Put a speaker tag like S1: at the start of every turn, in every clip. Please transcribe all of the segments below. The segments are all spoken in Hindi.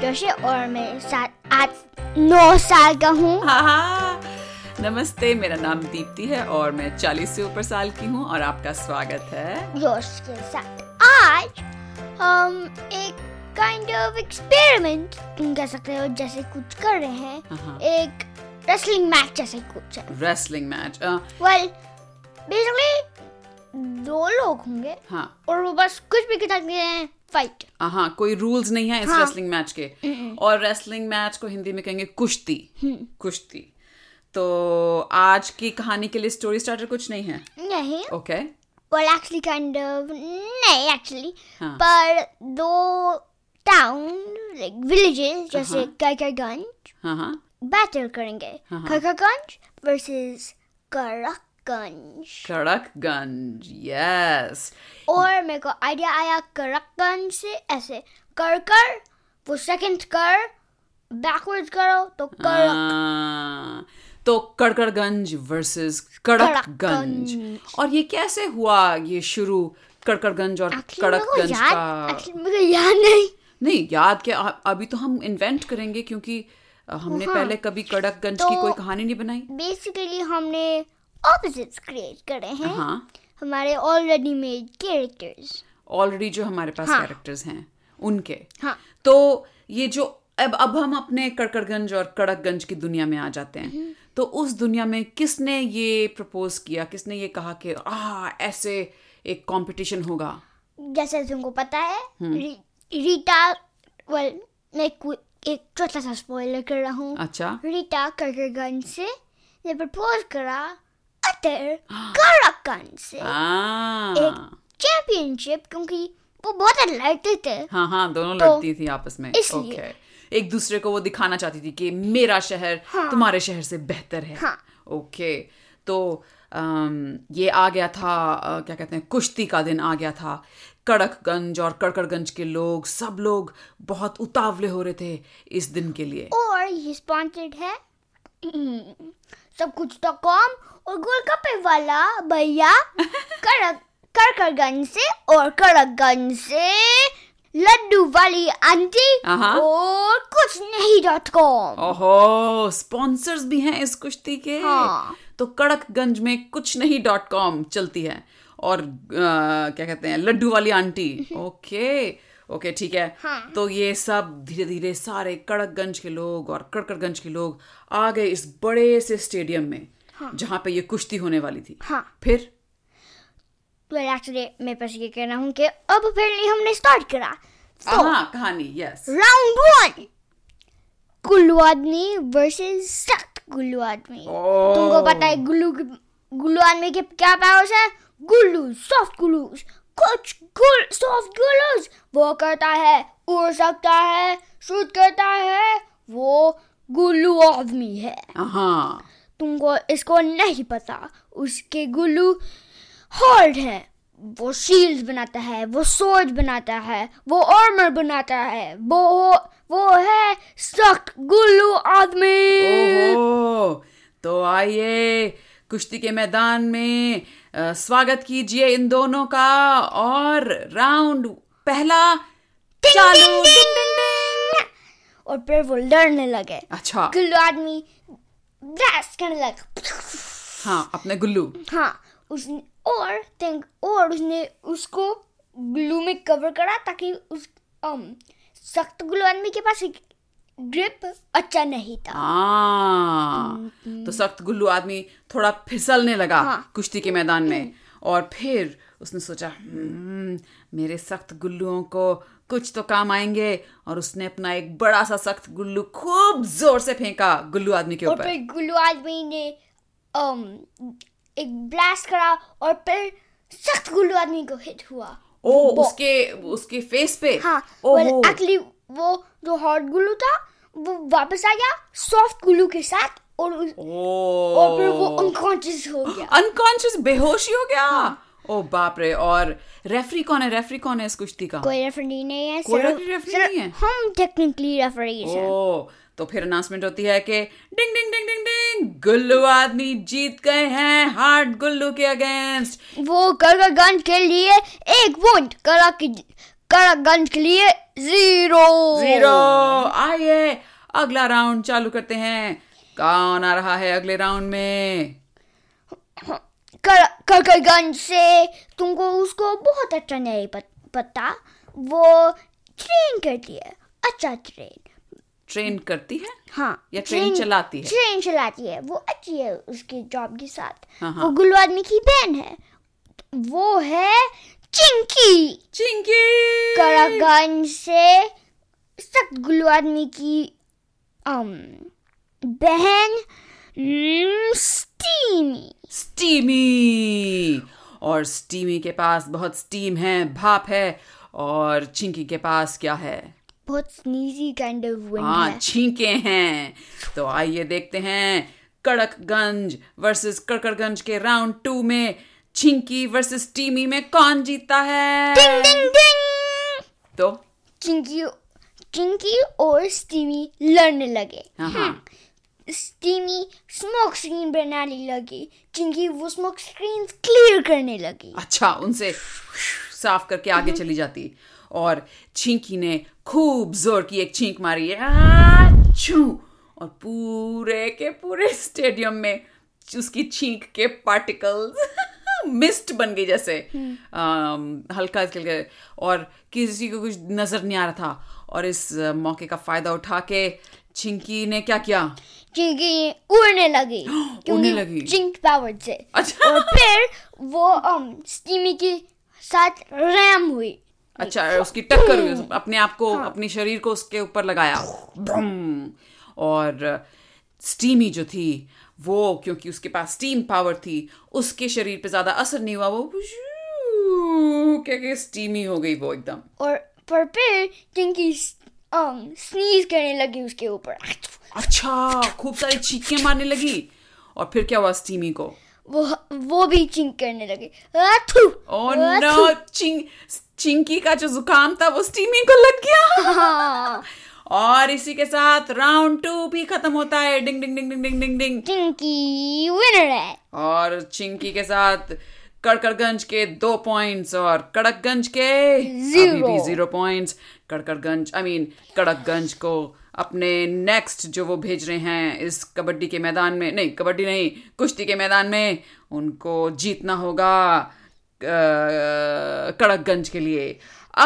S1: जोशी और मैं साथ आज नौ साल का हूँ
S2: हाँ हाँ। नमस्ते मेरा नाम दीप्ति है और मैं 40 से ऊपर साल की हूँ और आपका स्वागत है
S1: जोश के साथ आज हम एक काइंड ऑफ एक्सपेरिमेंट तुम कह सकते हो जैसे कुछ कर रहे हैं
S2: हाँ।
S1: एक रेसलिंग मैच जैसे कुछ है
S2: wrestling match uh,
S1: well basically दो लोग होंगे
S2: हाँ
S1: और वो बस कुछ भी कर सकते हैं फाइट
S2: हाँ कोई रूल्स नहीं है इस
S1: हाँ।
S2: रेसलिंग मैच के और रेसलिंग मैच को हिंदी में कहेंगे कुश्ती कुश्ती तो आज की कहानी के लिए स्टोरी स्टार्टर कुछ नहीं है
S1: नहीं
S2: okay
S1: well actually kind of नहीं actually
S2: हाँ।
S1: पर दो टाउन like villages
S2: Uh-huh.
S1: जैसे कैकरगंज
S2: हाँ हाँ
S1: बैटल करेंगे
S2: हाँ, हाँ।
S1: कैकरगंज versus करकगंज
S2: कड़कगंज यस
S1: और
S2: Hmm.
S1: मेरे को आइडिया आया करकगंज से ऐसे कर कर वो सेकंड कर बैकवर्ड करो तो कर
S2: हाँ, तो कड़कड़गंज वर्सेस कड़कगंज और ये कैसे हुआ ये शुरू कड़कड़गंज और
S1: actually मेरे को
S2: कड़कगंज
S1: याद
S2: का
S1: actually मेरे को याद नहीं
S2: नहीं याद क्या अ- अभी तो हम इन्वेंट करेंगे क्योंकि अ, हमने
S1: हाँ।
S2: पहले कभी कड़कगंज की
S1: तो-
S2: कोई कहानी नहीं बनाई
S1: बेसिकली हमने ऑपोजिट्स क्रिएट करे हैं
S2: हाँ
S1: हमारे ऑलरेडी मेड कैरेक्टर्स
S2: ऑलरेडी जो हमारे पास
S1: हाँ।
S2: कैरेक्टर्स हैं उनके
S1: हाँ
S2: तो ये जो अब अब हम अपने कड़कड़गंज और कड़कगंज की दुनिया में आ जाते हैं तो उस दुनिया में किसने ये प्रपोज किया किसने ये कहा कि आ ऐसे एक कंपटीशन होगा
S1: जैसे तुमको पता है री, रीटा वेल मैं कु- एक छोटा सा स्पॉइलर कर रहा हूँ
S2: अच्छा
S1: रीटा करकगंज से ने प्रपोज करा अतर करकगंज से
S2: हाँ। आ,
S1: चैंपियनशिप क्योंकि वो बहुत लड़ते थे
S2: हाँ हाँ दोनों
S1: तो
S2: लड़ती थी आपस में
S1: इसलिए।
S2: ओके एक दूसरे को वो दिखाना चाहती थी कि मेरा शहर तुम्हारे शहर से बेहतर है
S1: हाँ।
S2: ओके तो अम, ये आ गया था अ, क्या कहते हैं कुश्ती का दिन आ गया था कड़कगंज और कड़कड़गंज के लोग सब लोग बहुत उतावले हो रहे थे इस दिन के लिए
S1: और ये स्पॉन्सर्ड है सब कुछ डॉट कॉम और गोलगप्पे वाला भैया करक करकरगंज से और करकगंज से लड्डू वाली आंटी
S2: अहा।
S1: और कुछ नहीं डॉट कॉम
S2: ओहो स्पॉन्सर्स भी हैं इस कुश्ती के
S1: हाँ।
S2: तो कड़कगंज में कुछ नहीं डॉट कॉम चलती है और अ, क्या कहते हैं लड्डू वाली आंटी ओके ओके ठीक है
S1: हाँ।
S2: तो ये सब धीरे धीरे सारे कड़कगंज के लोग और कड़कड़गंज के लोग आ गए इस बड़े से स्टेडियम में जहाँ पे ये कुश्ती होने वाली थी
S1: हाँ
S2: फिर
S1: तो एक्चुअली मेरे पास ये कहना हूँ कि अब अपेरली हमने स्टार्ट करा तो
S2: हाँ कहानी यस
S1: राउंड वन गुल्लू आदमी वर्सेस सख्त गुल्लू आदमी
S2: Oh.
S1: तुमको पता है गुल्लू गुल्लू आदमी के क्या पावर्स है गुल्लू सॉफ्ट गुल्लू कुछ गुल सॉफ्ट गुल्लूज वो करता है उड़ सकता है शूट करता है वो गुल्लू आदमी है
S2: हाँ
S1: तुमको इसको नहीं पता उसके गुल्लू हॉर्ड है वो शील्ड बनाता है वो सोर्ड बनाता है वो आर्मर बनाता है वो वो है सख्त गुल्लू आदमी
S2: ओहो तो आइए कुश्ती के मैदान में अ, स्वागत कीजिए इन दोनों का और राउंड पहला चालू डिंग, डिंग, डिंग।
S1: और फिर वो लड़ने लगे
S2: अच्छा
S1: गुल्लू आदमी ब्लास्ट करने लगा
S2: हाँ अपने गुल्लू
S1: हाँ उसने और थैंक और उसने उसको ग्लू में कवर करा ताकि उस um, सख्त ग्लू आदमी के पास ग्रिप अच्छा नहीं था
S2: हाँ तो सख्त गुल्लू आदमी थोड़ा फिसलने लगा
S1: हाँ।
S2: कुश्ती के मैदान में और फिर उसने सोचा "हम्म, मेरे सख्त गुल्लुओं को कुछ तो काम आएंगे और उसने अपना एक बड़ा सा सख्त गुल्लू खूब जोर से फेंका गुल्लू आदमी के
S1: और
S2: ऊपर
S1: फिर ग्लू आदमी ने um, एक ब्लास्ट करा और फिर सख्त ग्लू आदमी को हिट हुआ
S2: ओ
S1: वो-
S2: उसके उसके फेस पे
S1: हाँ
S2: ओहो
S1: एक्चुअली वो जो हॉट ग्लू था वो वापस आ गया सॉफ्ट ग्लू के साथ और उस- और फिर वो
S2: ओ
S1: अनकॉन्शियस हो गया
S2: अनकॉन्शियस बेहोश ही हो गया
S1: हाँ।
S2: ओ बाप रे और रेफरी कौन है रेफरी कौन है इस कुश्ती का
S1: कोई रेफरी नहीं है
S2: कोई
S1: सिर्फ-
S2: referee referee
S1: सिर्फ
S2: नहीं है?
S1: हम टेक्निकली रेफरीज हैं
S2: ओ तो फिर अनाउंसमेंट होती है कि डिंग डिंग डिंग डिंग डिंग गुल्लू आदमी जीत गए हैं हार्ड
S1: Oh.
S2: गुल्लू के अगेंस्ट
S1: वो करकगंज के लिए एक वोट करा की कड़कगंज के लिए जीरो
S2: जीरो आइए अगला राउंड चालू करते हैं कौन आ रहा है अगले राउंड में
S1: कर, करकरगंज से तुमको उसको बहुत अच्छा नहीं पत- पता वो ट्रेन करती है अच्छा ट्रेन
S2: ट्रेन करती है
S1: हाँ
S2: या ट्रेन चलाती है
S1: ट्रेन चलाती है वो अच्छी है उसके जॉब के साथ
S2: हाँ, हाँ।
S1: वो गुल्लू आदमी की बहन है वो है चिंकी
S2: चिंकी
S1: करागंज से सख्त गुल्लू आदमी की अम, बहन अम, स्टीमी
S2: स्टीमी और स्टीमी के पास बहुत स्टीम है भाप है और चिंकी के पास क्या है
S1: बहुत स्नीजी काइंड ऑफ विंड
S2: हाँ
S1: है
S2: छींके हैं तो आइए देखते हैं कड़कगंज वर्सेस कड़कड़गंज के राउंड टू में छिंकी वर्सेस टीमी में कौन जीता
S1: डिंग
S2: है
S1: डिंग डिंग
S2: तो
S1: चिंकी चिंकी और स्टीमी लड़ने लगे
S2: हाँ
S1: हाँ,
S2: हाँ
S1: स्टीमी स्मोक स्क्रीन बनाने लगी चिंकी वो स्मोक स्क्रीन क्लियर करने लगी
S2: अच्छा उनसे साफ करके आगे चली जाती और छींकी ने खूब जोर की एक छींक मारी आछू! और पूरे के पूरे स्टेडियम में उसकी छींक के पार्टिकल्स मिस्ट बन गई जैसे अम, हल्का हल्का हल्का- और किसी को कुछ नजर नहीं आ रहा था और इस अ, मौके का फायदा उठा के छिंकी ने क्या किया
S1: चिंकी उड़ने लगी क्योंकि
S2: लगी।
S1: चिंक पावर से
S2: अच्छा
S1: और फिर वो um, स्टीमी के साथ रैम हुई
S2: अच्छा उसकी टक्कर हुई, उस- अपने आप को अपने शरीर को उसके ऊपर लगाया ब्रम! और स्टीमी जो थी वो क्योंकि उसके पास स्टीम पावर थी उसके शरीर पे ज्यादा असर नहीं हुआ वो बुशू क्या के स्टीमी हो गई वो एकदम
S1: और पर फिर चिंकी स्नीज करने लगी उसके ऊपर
S2: अच्छा खूब सारी चीखें मारने लगी और फिर क्या हुआ स्टीमी को
S1: वो वो भी चिंक करने लगी अथू
S2: ओ नो चिंग चिंकी का जो जुकाम था वो स्टीमी को लग गया
S1: हाँ
S2: और इसी के साथ राउंड टू भी खत्म होता है ding ding ding ding ding ding डिंग
S1: चिंकी विनर है
S2: और चिंकी के साथ कड़कड़गंज के दो पॉइंट्स और कड़कगंज के
S1: Zero.
S2: अभी भी zero points Kadkadganj I mean Kadakganj को अपने नेक्स्ट जो वो भेज रहे हैं इस कबड्डी के मैदान में नहीं कबड्डी नहीं कुश्ती के मैदान में उनको जीतना होगा अ, कड़कगंज के लिए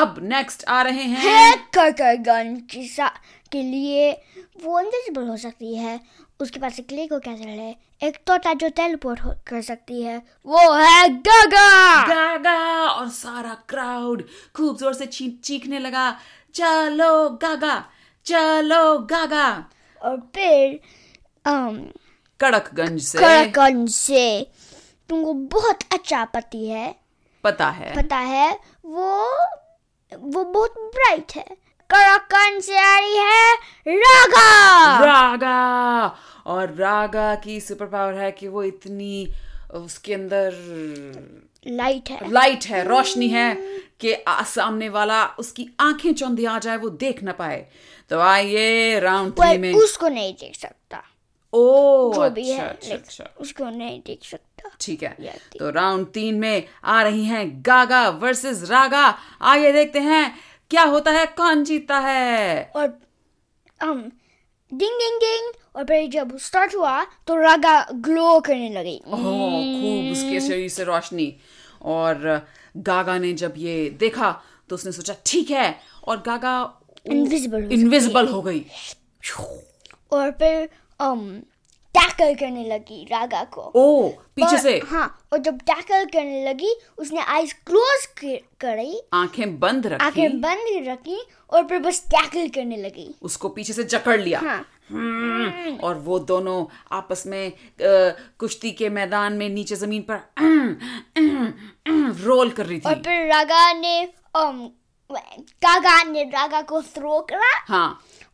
S2: अब नेक्स्ट आ रहे हैं
S1: करकरगंज के साथ के लिए वो इनविजिबल हो सकती है उसके पास एक लेको कैसे है एक तोता जो टेलीपोर्ट कर सकती है वो है गागा
S2: गागा और सारा क्राउड खूब जोर से चीख चीखने लगा चलो गागा चलो गागा
S1: और फिर um, अम,
S2: कड़कगंज से
S1: कड़कन से तुमको बहुत अच्छा पति है
S2: पता है
S1: पता है वो वो बहुत ब्राइट है कड़कन से आ रही है रागा
S2: रागा और रागा की सुपर पावर है कि वो इतनी उसके अंदर
S1: लाइट है
S2: लाइट है रोशनी है कि आ- सामने वाला उसकी आंखें चौंधी आ जाए वो देख ना पाए तो आइए राउंड थ्री
S1: पर
S2: में
S1: उसको नहीं देख सकता
S2: ओ
S1: जो भी
S2: अच्छा
S1: है
S2: अच्छा
S1: like,
S2: अच्छा
S1: उसको नहीं देख सकता
S2: ठीक है
S1: या तीन।
S2: तो राउंड तीन में आ रही हैं गागा वर्सेस रागा आइए देखते हैं क्या होता है कौन जीता है
S1: और um, डिंग डिंग डिंग और फिर जब स्टार्ट हुआ तो रागा ग्लो करने लगी
S2: ओह खूब उसके
S1: Hmm.
S2: शरीर से रोशनी और गागा ने जब ये देखा तो उसने सोचा ठीक है और गागा
S1: इनविजिबल
S2: इनविजिबल हो गई
S1: और फिर um, टैकल करने लगी रागा को
S2: ओ पीछे
S1: और-
S2: से
S1: हाँ और जब टैकल करने लगी उसने आईज क्लोज करी
S2: आंखें बंद रखी
S1: आंखें बंद रखी और फिर बस टैकल करने लगी
S2: उसको पीछे से जकड़ लिया
S1: हाँ Hmm.
S2: हम्म, और वो दोनों आपस में अ, कुश्ती के मैदान में नीचे जमीन पर अं, अं, अं, रोल कर रही
S1: और
S2: थी
S1: फिर रागा ने um, कागा ने रागा को थ्रो करा
S2: हाँ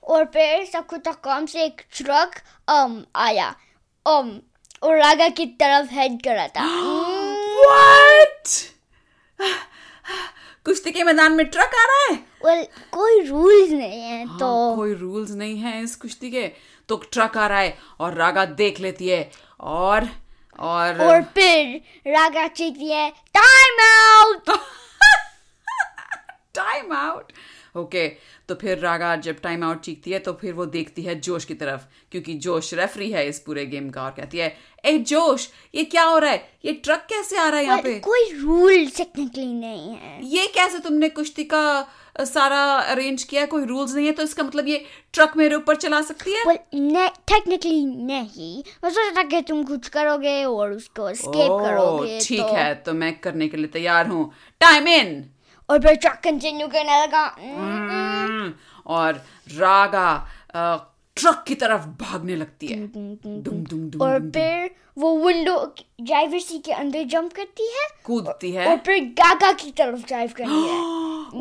S1: और फिर सबको तकाम से एक ट्रक um, आया um, और रागा की तरफ हेड करा था
S2: व्हाट कुश्ती के मैदान में ट्रक आ रहा है
S1: well, कोई रूल्स नहीं है तो
S2: हाँ, कोई रूल्स नहीं है इस कुश्ती के तो ट्रक आ रहा है और रागा देख लेती है और और,
S1: और फिर रागा चीखती है time out
S2: time time out okay तो फिर रागा जब टाइम आउट चीखती है तो फिर वो देखती है जोश की तरफ क्योंकि जोश रेफरी है इस पूरे गेम का और कहती है ए जोश ये क्या हो रहा है ये ट्रक कैसे आ रहा है यहाँ पे
S1: कोई रूल टेक्निकली नहीं है
S2: ये कैसे तुमने कुश्ती का अ, सारा अरेंज किया है कोई रूल्स नहीं है तो इसका मतलब ये ट्रक मेरे ऊपर चला सकती है
S1: well, ने टेक्निकली नहीं मैं सोचा था कि तुम कुछ करोगे और उसको स्केप
S2: ओह,
S1: करोगे
S2: ठीक
S1: तो,
S2: है तो मैं करने के लिए तैयार हूँ टाइम इन
S1: और फिर ट्रक कंटिन्यू करने लगा "Mm,
S2: Mm. और रागा अ, ट्रक की तरफ भागने लगती है दुम दुम दुम
S1: Hmm. और फिर वो विंडो ड्राइवर सीट के अंदर जंप करती है
S2: कूदती है
S1: और फिर गागा की तरफ ड्राइव करती है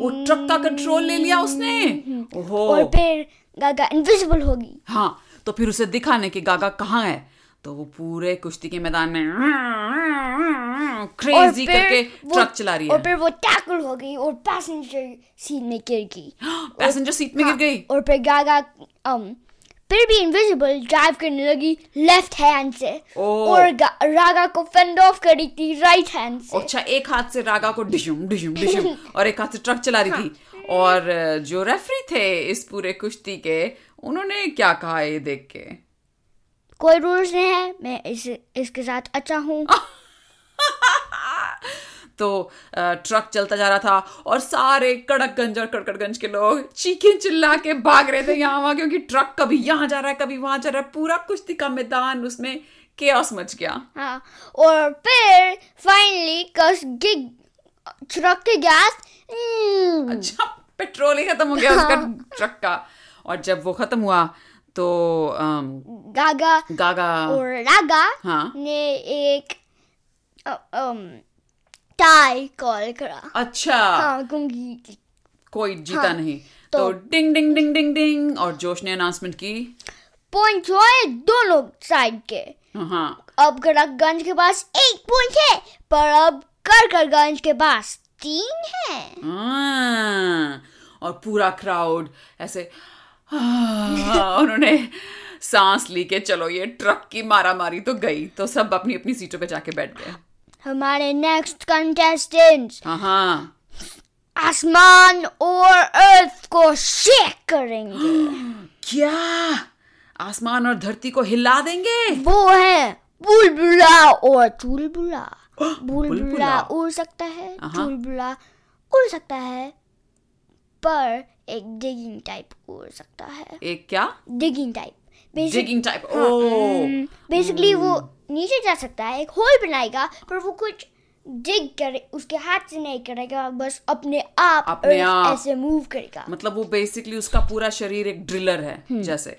S2: वो ट्रक का कंट्रोल ले लिया उसने ओहो
S1: Hmm. और फिर गागा इनविजिबल होगी
S2: हाँ तो फिर उसे दिखाने कि गागा कहाँ है तो वो पूरे कुश्ती के मैदान में
S1: और
S2: क्रेजी करके ट्रक चला रही
S1: और
S2: है
S1: फिर वो टैकल हो गई और पैसेंजर सीट में गिर गई
S2: पैसेंजर सीट हाँ, में गिर गई
S1: और फिर गागा um, फिर भी इनविजिबल ड्राइव करने लगी लेफ्ट हैंड से
S2: Oh.
S1: और गा- रागा को फेंड ऑफ कर रही थी राइट हैंड से
S2: अच्छा एक हाथ से रागा को डिशुम डिशुम डिशुम और एक हाथ से ट्रक चला रही थी
S1: हाँ।
S2: और अ, जो रेफरी थे इस पूरे कुश्ती के उन्होंने क्या कहा ये देख के
S1: कोई रूल्स नहीं है मैं इस इसके साथ अच्छा हूँ
S2: तो अ, ट्रक चलता जा रहा था और सारे कड़कगंज और कड़कड़गंज के लोग चीखे चिल्ला के भाग रहे थे यहाँ वहाँ क्योंकि ट्रक कभी यहाँ जा रहा है कभी वहां जा रहा है पूरा कुश्ती का मैदान उसमें केओस मच गया
S1: हाँ और फिर फाइनली कस गिग ट्रक के गैस हम्म,
S2: अच्छा पेट्रोल ही खत्म हो गया उसका
S1: हाँ।
S2: ट्रक का और जब वो खत्म हुआ तो अम,
S1: गागा
S2: गागा
S1: और रागा
S2: हाँ।
S1: ने एक uh, अ, अम, टाई कॉल करा
S2: अच्छा
S1: हाँ क्योंकि
S2: कोई जीता नहीं
S1: तो-
S2: तो डिंग डिंग डिंग डिंग डिंग और जोश ने अनाउंसमेंट की
S1: पॉइंट हुए दोनों साइड के
S2: हाँ
S1: अब गड़कगंज के पास एक पॉइंट है पर अब करकरगंज के पास तीन है
S2: हाँ, और पूरा क्राउड ऐसे हाँ, उन्होंने सांस ली के चलो ये ट्रक की मारा मारी तो गई तो सब अपनी अपनी सीटों पे जाके बैठ गए
S1: हमारे नेक्स्ट कंटेस्टेंट
S2: हाँ हाँ
S1: आसमान और अर्थ को शेक करेंगे
S2: क्या आसमान और धरती को हिला देंगे
S1: वो है बुलबुला और चुलबुला बुलबुला
S2: बुलबुला।
S1: उड़ सकता है
S2: अहा।
S1: चुलबुला उड़ सकता है पर एक डिगिंग टाइप उड़ सकता है
S2: एक क्या
S1: digging type basic
S2: digging type ओ
S1: बेसिकली वो
S2: Hmm.
S1: नीचे जा सकता है एक होल बनाएगा पर वो कुछ डिग करे उसके हाथ से नहीं करेगा बस अपने आप
S2: अपने
S1: earth
S2: आप।
S1: ऐसे मूव करेगा
S2: मतलब वो बेसिकली उसका पूरा शरीर एक ड्रिलर
S1: हम्म।
S2: है जैसे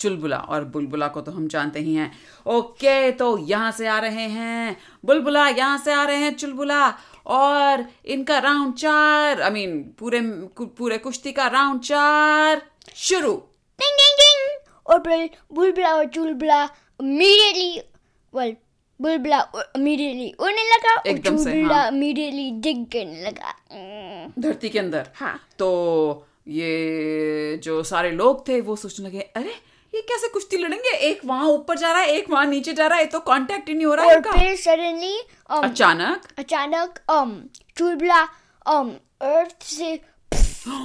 S2: चुलबुला और बुलबुला को तो हम जानते ही हैं ओके तो यहाँ से आ रहे हैं बुलबुला यहाँ से आ रहे हैं चुलबुला और इनका राउंड चार आई मीन पूरे पूरे कुश्ती का राउंड चार शुरू
S1: डिंग डिंग डिंग और फिर बुलबुला और चुलबुला इमीडिएटली वेल बुलबुला इमीडिएटली उड़ने लगा और
S2: एकदम से,
S1: चुलबुला
S2: हाँ।
S1: इमीडिएटली डिग करने लगा Mm.
S2: धरती के अंदर
S1: हाँ।
S2: तो ये जो सारे लोग थे वो सोचने लगे अरे ये कैसे कुश्ती लड़ेंगे एक वहां ऊपर जा रहा है एक वहां नीचे जा रहा है ये तो कांटेक्ट ही नहीं हो रहा है
S1: और
S2: इनका
S1: फिर सडनली
S2: अचानक
S1: अचानक um, चुलबुला um, अर्थ से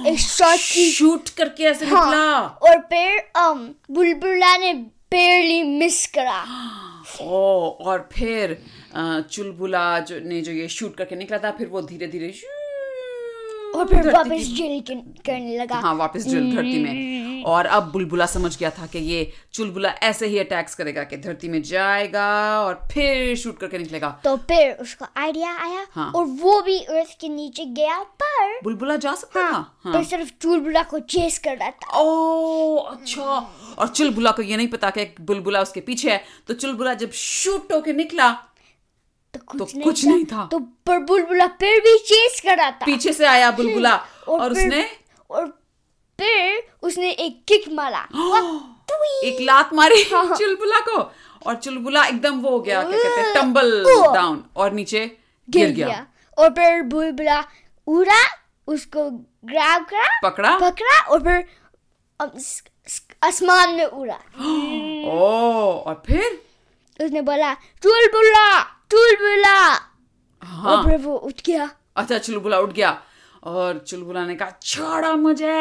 S1: एक शॉट की
S2: शूट करके ऐसे निकला
S1: हाँ, और फिर um, बुलबुला ने barely मिस करा
S2: ओ और फिर अ, चुलबुला जो ने जो ये शूट करके निकला था फिर वो धीरे धीरे
S1: और फिर वापस जेल करने लगा
S2: हाँ वापस ड्रिल धरती में और अब बुलबुला समझ गया था कि ये चुलबुला ऐसे ही अटैक्स करेगा कि धरती में जाएगा और फिर शूट करके निकलेगा
S1: तो फिर उसको आइडिया आया
S2: हाँ।
S1: और वो भी अर्थ के नीचे गया पर
S2: बुलबुला जा सकता
S1: हाँ,
S2: था हाँ।
S1: पर सिर्फ चुलबुला को चेस कर रहा था
S2: ओ अच्छा और चुलबुला को ये नहीं पता कि बुलबुला उसके पीछे है तो चुलबुला जब शूट होके निकला
S1: तो कुछ,
S2: तो कुछ नहीं था।
S1: तो पर बुलबुला फिर भी चेस कर रहा था
S2: पीछे से आया बुलबुला
S1: और
S2: और
S1: फिर-
S2: उसने
S1: और फिर उसने एक किक मारा तुई।
S2: एक लात मारी
S1: हाँ,
S2: चुलबुला को और चुलबुला एकदम वो हो गया क्या कहते हैं टंबल
S1: हाँ। ओ।
S2: डाउन और नीचे गिर गया
S1: और फिर बुलबुला उड़ा उसको ग्रैब करा
S2: पकड़ा
S1: पकड़ा और फिर अम, स- स- आसमान में उड़ा
S2: ओ और फिर
S1: उसने बोला चुलबुला चुलबुला
S2: हाँ
S1: और फिर वो उठ गया
S2: अच्छा हाँ। चुलबुला उठ गया और चुलबुला ने कहा छोड़ो मुझे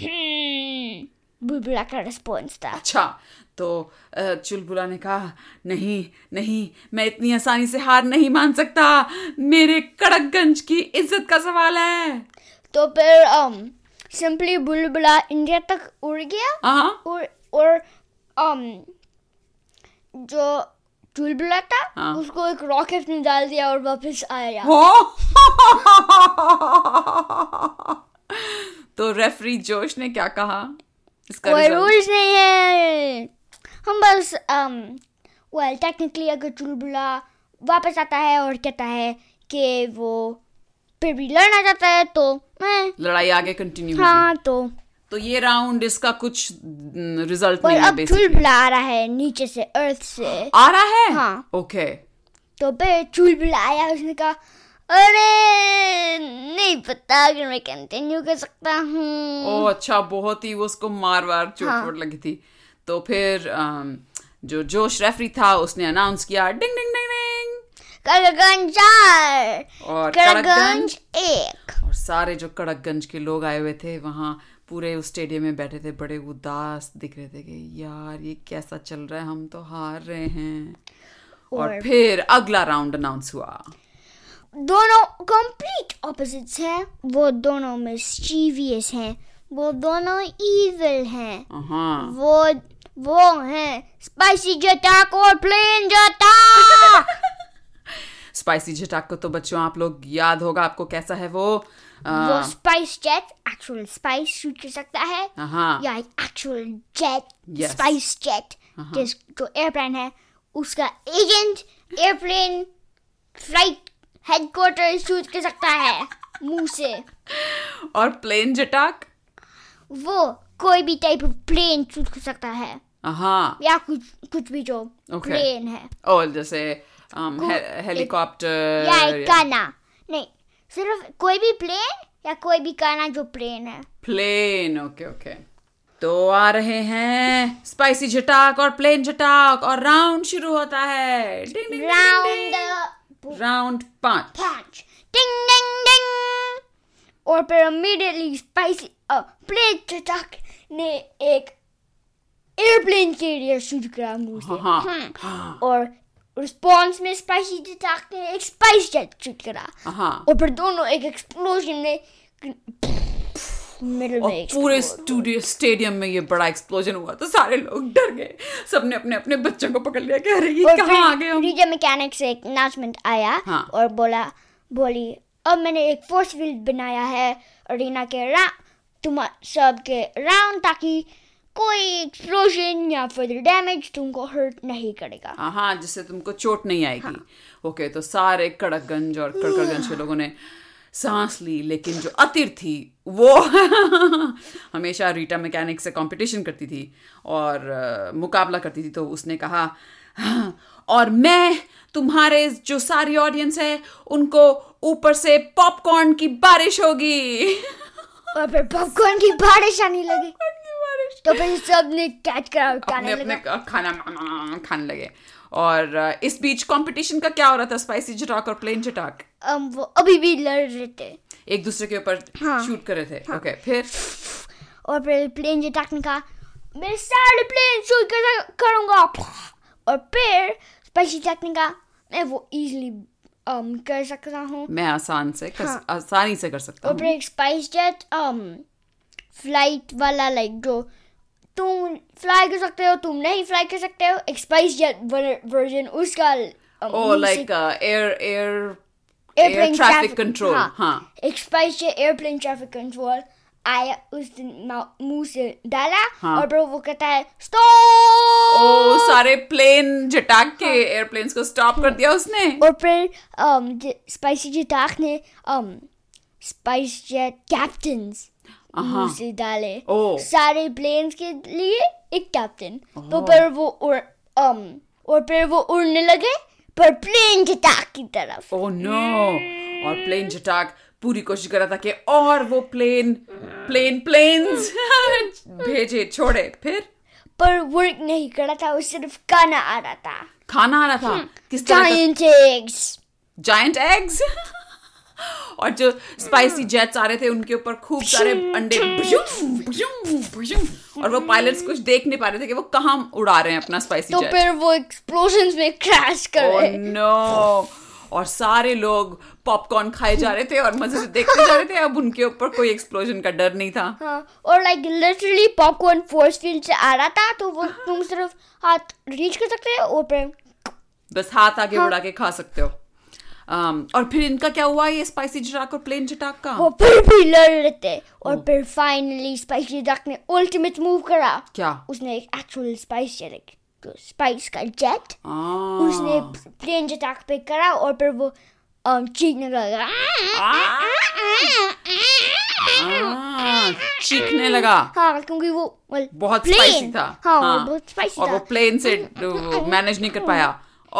S1: हम्म बुलबुला का रिस्पॉन्स था
S2: अच्छा तो अ, चुलबुला ने कहा नहीं नहीं मैं इतनी आसानी से हार नहीं मान सकता मेरे कड़कगंज की इज्जत का सवाल है
S1: तो फिर um, सिंपली बुलबुला इंडिया तक उड़ गया
S2: हाँ
S1: और और um, जो चुलबुला था
S2: हाँ।
S1: उसको एक रॉकेट में डाल दिया और वापस आया
S2: हो तो रेफरी जोश ने क्या कहा इसका
S1: कोई
S2: result-
S1: रूल्स नहीं है हम बस um, well टेक्निकली अगर चुलबुला वापस आता है और कहता है कि वो फिर भी लड़ना चाहता है तो मैं
S2: लड़ाई आगे कंटिन्यू होगी
S1: हाँ तो
S2: तो ये राउंड इसका कुछ रिजल्ट
S1: पर
S2: नहीं है
S1: अब
S2: बेसिकली
S1: चुलबुला आ रहा है नीचे से अर्थ से
S2: आ रहा है
S1: हाँ।
S2: ओके
S1: तो फिर चुलबुला आया उसने कहा अरे नहीं पता अगर मैं कंटिन्यू कर सकता हूँ
S2: ओ अच्छा बहुत ही वो उसको मार वार चोट
S1: हाँ।
S2: वोट लगी थी तो फिर अम, जो जोश रेफरी था उसने अनाउंस किया डिंग डिंग डिंग डिंग
S1: करगंज चार
S2: और कड़कगंज
S1: करगंज एक
S2: और सारे जो कड़कगंज के लोग आए हुए थे वहाँ पूरे उस स्टेडियम में बैठे थे बड़े उदास दिख रहे थे कि यार ये कैसा चल रहा है हम तो हार रहे हैं और
S1: और-
S2: फिर अगला राउंड अनाउंस हुआ
S1: दोनों कंप्लीट ऑपोजिट्स हैं वो दोनों मिस्चीवियस हैं वो दोनों इविल हैं
S2: हाँ
S1: वो वो हैं स्पाइसी जटाक और प्लेन जटा
S2: स्पाइसी झटाक को तो बच्चों आप लोग याद होगा आपको कैसा है वो
S1: वो
S2: अ,
S1: spice jet actual spice shoot कर सकता है
S2: हाँ
S1: या एक एक्चुअल जेट
S2: Yes. हाँ,
S1: स्पाइस जेट जिस जो एयरप्लेन है उसका agent airplane flight headquarter shoot कर सकता है मुंह से
S2: और प्लेन झटाक
S1: वो कोई भी टाइप ऑफ प्लेन शूट कर सकता है
S2: हाँ
S1: या कुछ कुछ भी जो
S2: Okay. Uh,
S1: प्लेन है
S2: और जैसे um, अम, हे-
S1: Cool. या
S2: हेलीकॉप्टर
S1: एक गाना नहीं सिर्फ कोई भी प्लेन या कोई भी गाना जो प्लेन है
S2: प्लेन ओके ओके तो आ रहे हैं स्पाइसी झटाक और प्लेन झटाक और राउंड शुरू होता है डिंग डिंग
S1: राउंड
S2: राउंड पांच
S1: punch. Ding ding ding. और फिर immediately spicy uh, plane चटक ने एक एयरप्लेन के लिए शूट करा मुंह से
S2: हाँ,
S1: हम्म, और रिस्पॉन्स में स्पाइसी चटक ने एक स्पाइस जेट शूट करा
S2: हाँ
S1: और फिर दोनों एक एक्सप्लोजन में मिडल में explode।
S2: पूरे स्टूडियो स्टेडियम में ये बड़ा एक्सप्लोजन हुआ तो सारे लोग डर गए सबने अपने अपने बच्चों को पकड़ लिया कि अरे ये
S1: और
S2: कहाँ आ गए हम
S1: रीजर मैकेनिक से एक अनाउंसमेंट आया
S2: हाँ।
S1: और बोला बोली अब मैंने एक फोर्स फील्ड बनाया है अरीना के रा तुम सब के राउंड ताकि कोई एक्सप्लोजन या फिर डैमेज तुमको हर्ट नहीं करेगा
S2: हाँ जिससे तुमको चोट नहीं आएगी
S1: हाँ।
S2: ओके तो सारे कड़कगंज और कड़कगंज के लोगों ने सांस ली लेकिन जो अतिर थी वो हमेशा रीटा मैकेनिक से कंपटीशन करती थी और अ, मुकाबला करती थी तो उसने कहा "हाँ, और मैं तुम्हारे जो सारी ऑडियंस है उनको ऊपर से पॉपकॉर्न की बारिश होगी
S1: और फिर पॉपकॉर्न की बारिश आने लगी
S2: बारिश
S1: तो फिर सब ने कैच करा और खाने
S2: अपने अपने
S1: लगा
S2: क- खाना खाने लगे और अ, इस बीच कंपटीशन का क्या हो रहा था स्पाइसी चटाक और प्लेन चटाक
S1: हम वो अभी भी लड़ रहे थे
S2: एक दूसरे के ऊपर
S1: हाँ।
S2: शूट कर रहे थे ओके फिर
S1: और फिर प्लेन जो ने कहा मैं सारे प्लेन शूट कर करूंगा और फिर स्पाइसी जैक ने कहा मैं वो इजीली um, कर सकता हूँ
S2: मैं आसान से कर,
S1: हाँ।
S2: आसानी से कर सकता
S1: और
S2: हूँ
S1: फिर एक स्पाइस जेट um, फ्लाइट वाला लाइक जो तुम फ्लाई कर सकते हो तुम नहीं फ्लाई कर सकते हो एक स्पाइस जेट वर्जन उसका um,
S2: ओ
S1: music-
S2: like air air
S1: airplane
S2: air traffic
S1: traffic-
S2: control हाँ
S1: एक spice jet airplane traffic control आया उस दिन मा- मुंह से डाला
S2: हाँ।
S1: और फिर वो कहता है स्टॉप
S2: ओ oh, सारे प्लेन झटाक के
S1: हाँ।
S2: एयरप्लेन्स को स्टॉप कर दिया उसने
S1: और फिर um, स्पाइसी जेटाक ने um, स्पाइस जेट कैप्टन
S2: हाँ
S1: से डाले
S2: ओ।
S1: सारे प्लेन्स के लिए एक कैप्टन तो फिर वो उड़ um, और फिर वो उड़ने लगे पर प्लेन जेटाक की तरफ
S2: ओह नो Oh, और प्लेन झटाक पूरी कोशिश कर रहा था कि और वो प्लेन प्लेन प्लेन्स भेजे छोड़े फिर
S1: पर वर्क नहीं कर रहा था वो सिर्फ गाना आ रहा था हम्म।
S2: खाना आ रहा था किस तरह
S1: giant eggs
S2: जायंट एग्स और जो स्पाइसी
S1: Hmm.
S2: जेट्स आ रहे थे उनके ऊपर खूब सारे अंडे भ्यूं, भ्यूं, भ्यूं, और वो पायलट्स कुछ देख नहीं पा रहे थे कि वो कहाँ उड़ा रहे हैं अपना स्पाइसी
S1: Hmm. तो
S2: जेट
S1: फिर वो एक्सप्लोजन में क्रैश कर
S2: Oh,
S1: रहे
S2: no. और सारे लोग पॉपकॉर्न खाए जा रहे थे और मजे से देखते जा रहे थे अब उनके ऊपर कोई एक्सप्लोजन का डर नहीं था
S1: हाँ और like literally popcorn force field से आ रहा था तो वो तुम सिर्फ हाथ रीच कर सकते हो और फिर
S2: बस हाथ
S1: हाँ।
S2: आगे उड़ा के खा सकते हो um, और फिर इनका क्या हुआ ये स्पाइसी जटाक और प्लेन जटाक का
S1: वो फिर भी लड़ रहे थे और फिर फाइनली स्पाइसी डक ने अल्टीमेट मूव करा
S2: क्या
S1: उसने एक एक्चुअल स्पाइस जेट स्पाइस का जेट
S2: Ah.
S1: उसने प्लेन जटाक पे करा और फिर वो um, चीखने लगा
S2: Ah, चीखने लगा
S1: हाँ क्योंकि वो well,
S2: बहुत
S1: plane,
S2: स्पाइसी था
S1: हाँ, वो बहुत स्पाइसी
S2: और
S1: था
S2: वो प्लेन से मैनेज नहीं कर पाया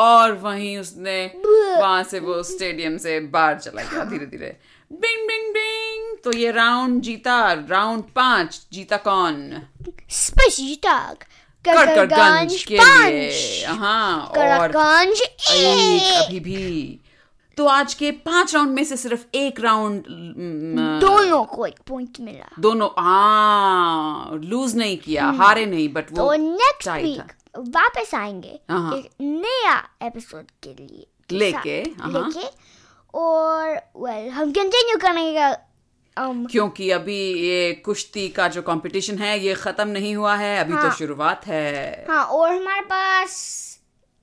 S2: और वहीं उसने वहां से वो स्टेडियम से बाहर चला गया धीरे धीरे बिंग बिंग बिंग तो ये राउंड जीता राउंड पांच जीता कौन
S1: स्पाइसी डक
S2: कड़कड़गंज के लिए हाँ और
S1: करकगंज
S2: एक
S1: एक
S2: अभी भी तो आज के पांच राउंड में से सिर्फ एक राउंड म,
S1: दोनों को एक पॉइंट मिला
S2: दोनों हाँ लूज नहीं किया हारे नहीं बट वो
S1: तो नेक्स्ट
S2: tight था।
S1: वीक वापस आएंगे
S2: हाँ।
S1: एक नया एपिसोड के लिए के
S2: लेके,
S1: साथ,
S2: हाँ।
S1: लेके और well, हम कंटिन्यू करेंगे um,
S2: क्योंकि अभी ये कुश्ती का जो कंपटीशन है ये खत्म नहीं हुआ है अभी तो
S1: हाँ।
S2: शुरुआत है
S1: हाँ और हमारे पास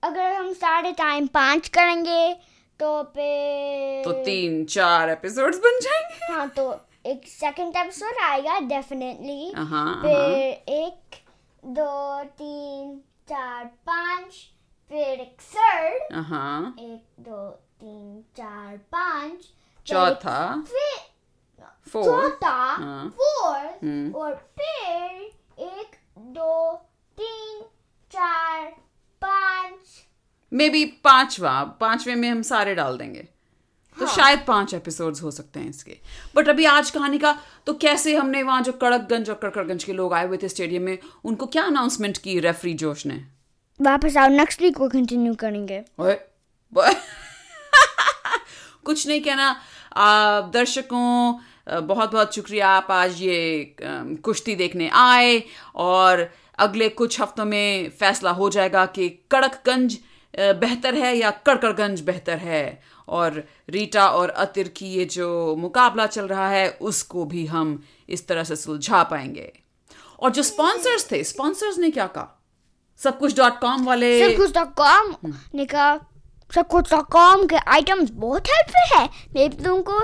S1: अगर हम साढ़े टाइम पाँच करेंगे तो फिर
S2: तो तीन चार एपिसोड्स बन जाएंगे
S1: हाँ तो एक सेकंड एपिसोड आएगा डेफिनेटली
S2: हाँ, हाँ।
S1: फिर एक दो तीन चार पाँच फिर एक थर्ड
S2: हाँ
S1: एक दो तीन चार पाँच फिर एक
S2: चौथा
S1: फिर
S2: फोर्थ
S1: चौथा
S2: हाँ। हम्म।
S1: फोर्थ और फिर एक दो तीन चार पाँच
S2: मे बी पांचवा पांचवे में हम सारे डाल देंगे तो
S1: हाँ।
S2: शायद पांच एपिसोड्स हो सकते हैं इसके बट अभी आज कहानी का तो कैसे हमने वहां जो कड़कगंज और कड़कड़गंज के लोग आए हुए थे स्टेडियम में उनको क्या अनाउंसमेंट की रेफरी जोश ने
S1: वापस आओ नेक्स्ट वीक को कंटिन्यू करेंगे
S2: ओए वो- कुछ नहीं कहना आ, दर्शकों बहुत बहुत शुक्रिया आप आज ये अम, कुश्ती देखने आए और अगले कुछ हफ्तों में फैसला हो जाएगा कि कड़कगंज अ, बेहतर है या कड़कड़गंज बेहतर है और रीटा और अतिर की ये जो मुकाबला चल रहा है उसको भी हम इस तरह से सुलझा पाएंगे और जो स्पॉन्सर्स थे स्पॉन्सर्स ने क्या कहा सब कुछ डॉट कॉम वाले
S1: सब कुछ डॉट कॉम ने कहा सब कुछ डॉट कॉम के आइटम्स बहुत हेल्पफुल है मैं तुमको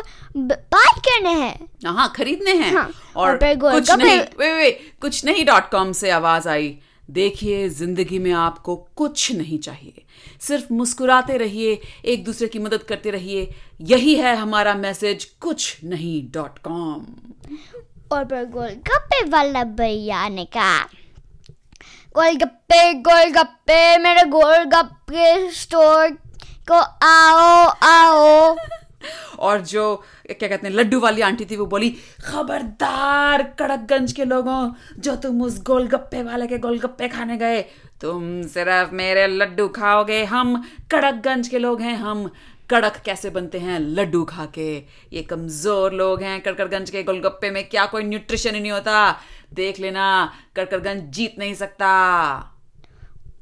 S1: बात करने हैं
S2: हाँ खरीदने हैं
S1: हाँ,
S2: और
S1: और पे गोल
S2: कुछ
S1: गप्पे-
S2: नहीं वे वे कुछ नहीं डॉट कॉम से आवाज आई देखिए जिंदगी में आपको कुछ नहीं चाहिए सिर्फ मुस्कुराते रहिए एक दूसरे की मदद करते रहिए यही है हमारा मैसेज कुछ नहीं डॉट कॉम
S1: और फिर गोलगप्पे वाला भैया ने कहा गोलगप्पे गोलगप्पे मेरे गोलगप्पे स्टोर को आओ आओ
S2: और जो क्या कहते हैं लड्डू वाली आंटी थी वो बोली खबरदार कड़कगंज के लोगों जो तुम उस गोलगप्पे वाले के गोलगप्पे खाने गए तुम सिर्फ मेरे लड्डू खाओगे हम कड़कगंज के लोग हैं हम कड़क कैसे बनते हैं लड्डू खा के ये कमजोर लोग हैं कड़कड़गंज के गोलगप्पे में क्या कोई न्यूट्रिशन ही नहीं होता देख लेना कड़कड़गंज जीत नहीं सकता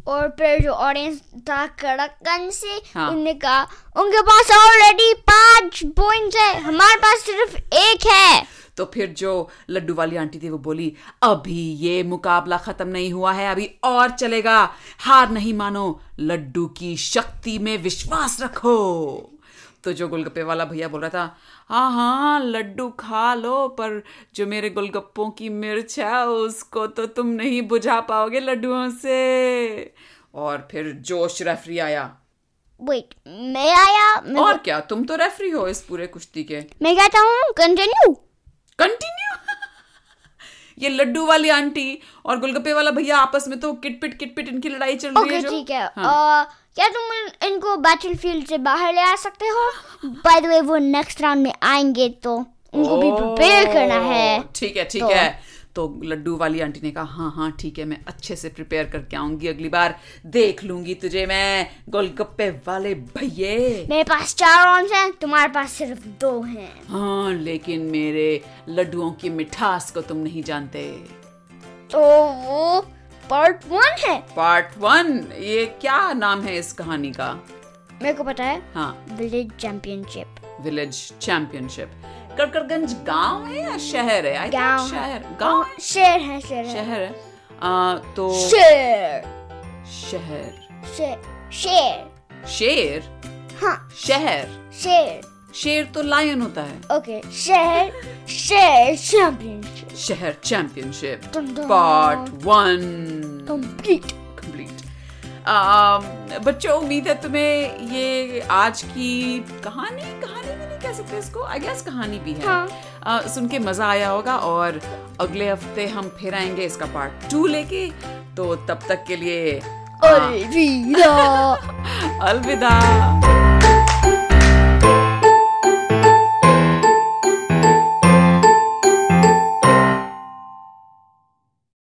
S1: और फिर जो ऑडियंस था कड़कन से
S2: हाँ।
S1: उनने कहा उनके पास ऑलरेडी पांच पॉइंट्स है हमारे पास सिर्फ एक है
S2: तो फिर जो लड्डू वाली आंटी थी वो बोली अभी ये मुकाबला खत्म नहीं हुआ है अभी और चलेगा हार नहीं मानो लड्डू की शक्ति में विश्वास रखो तो जो गोलगप्पे वाला भैया बोल रहा था हाँ हाँ लड्डू खा लो पर जो मेरे गोलगप्पों की मिर्च है उसको तो तुम नहीं बुझा पाओगे लड्डुओं से और फिर जोश रेफरी आया
S1: वेट मैं आया मैं,
S2: और क्या तुम तो रेफरी हो इस पूरे कुश्ती के
S1: मैं कहता हूँ कंटिन्यू
S2: कंटिन्यू ये लड्डू वाली आंटी और गोलगप्पे वाला भैया आपस में तो किटपिट किटपिट इनकी लड़ाई चल रही
S1: ओके
S2: है जो
S1: ठीक है अ, क्या तुम इन- इनको बैटलफील्ड से बाहर ले आ सकते हो बाय द वे वो नेक्स्ट राउंड में आएंगे तो उनको भी
S2: ओह,
S1: प्रिपेयर करना है
S2: ठीक है ठीक
S1: तो-
S2: है तो लड्डू वाली आंटी ने कहा हाँ हाँ ठीक है मैं अच्छे से प्रिपेयर करके आऊंगी अगली बार देख लूंगी तुझे मैं गोलगप्पे वाले भैये
S1: मेरे पास चार आर्म्स हैं तुम्हारे पास सिर्फ दो हैं
S2: हाँ लेकिन मेरे लड्डुओं की मिठास को तुम नहीं जानते
S1: तो वो पार्ट वन है
S2: पार्ट वन ये क्या नाम है इस कहानी का
S1: मेरे को पता है
S2: हाँ
S1: village championship
S2: village championship Kadkadganj गांव है या शहर है आई
S1: गाँव है।
S2: शहर गांव है?
S1: शेर हाँ, है शेर है
S2: शहर है आ, तो
S1: शेर
S2: शहर
S1: शेर शेर
S2: शेर
S1: हाँ
S2: शहर
S1: शेर
S2: शेर तो लायन होता है
S1: ओके शेर शेर चैंपियनशिप
S2: शहर championship
S1: Dun dun.
S2: Part one
S1: complete
S2: complete Um, बच्चों उम्मीद है तुम्हें ये आज की कहानी कहानी भी नहीं कह सकते इसको आई गेस कहानी भी है
S1: हाँ।
S2: अ, सुन के मजा आया होगा और अगले हफ्ते हम फिर आएंगे इसका पार्ट टू लेके तो तब तक के लिए अ,
S1: अलविदा
S2: अलविदा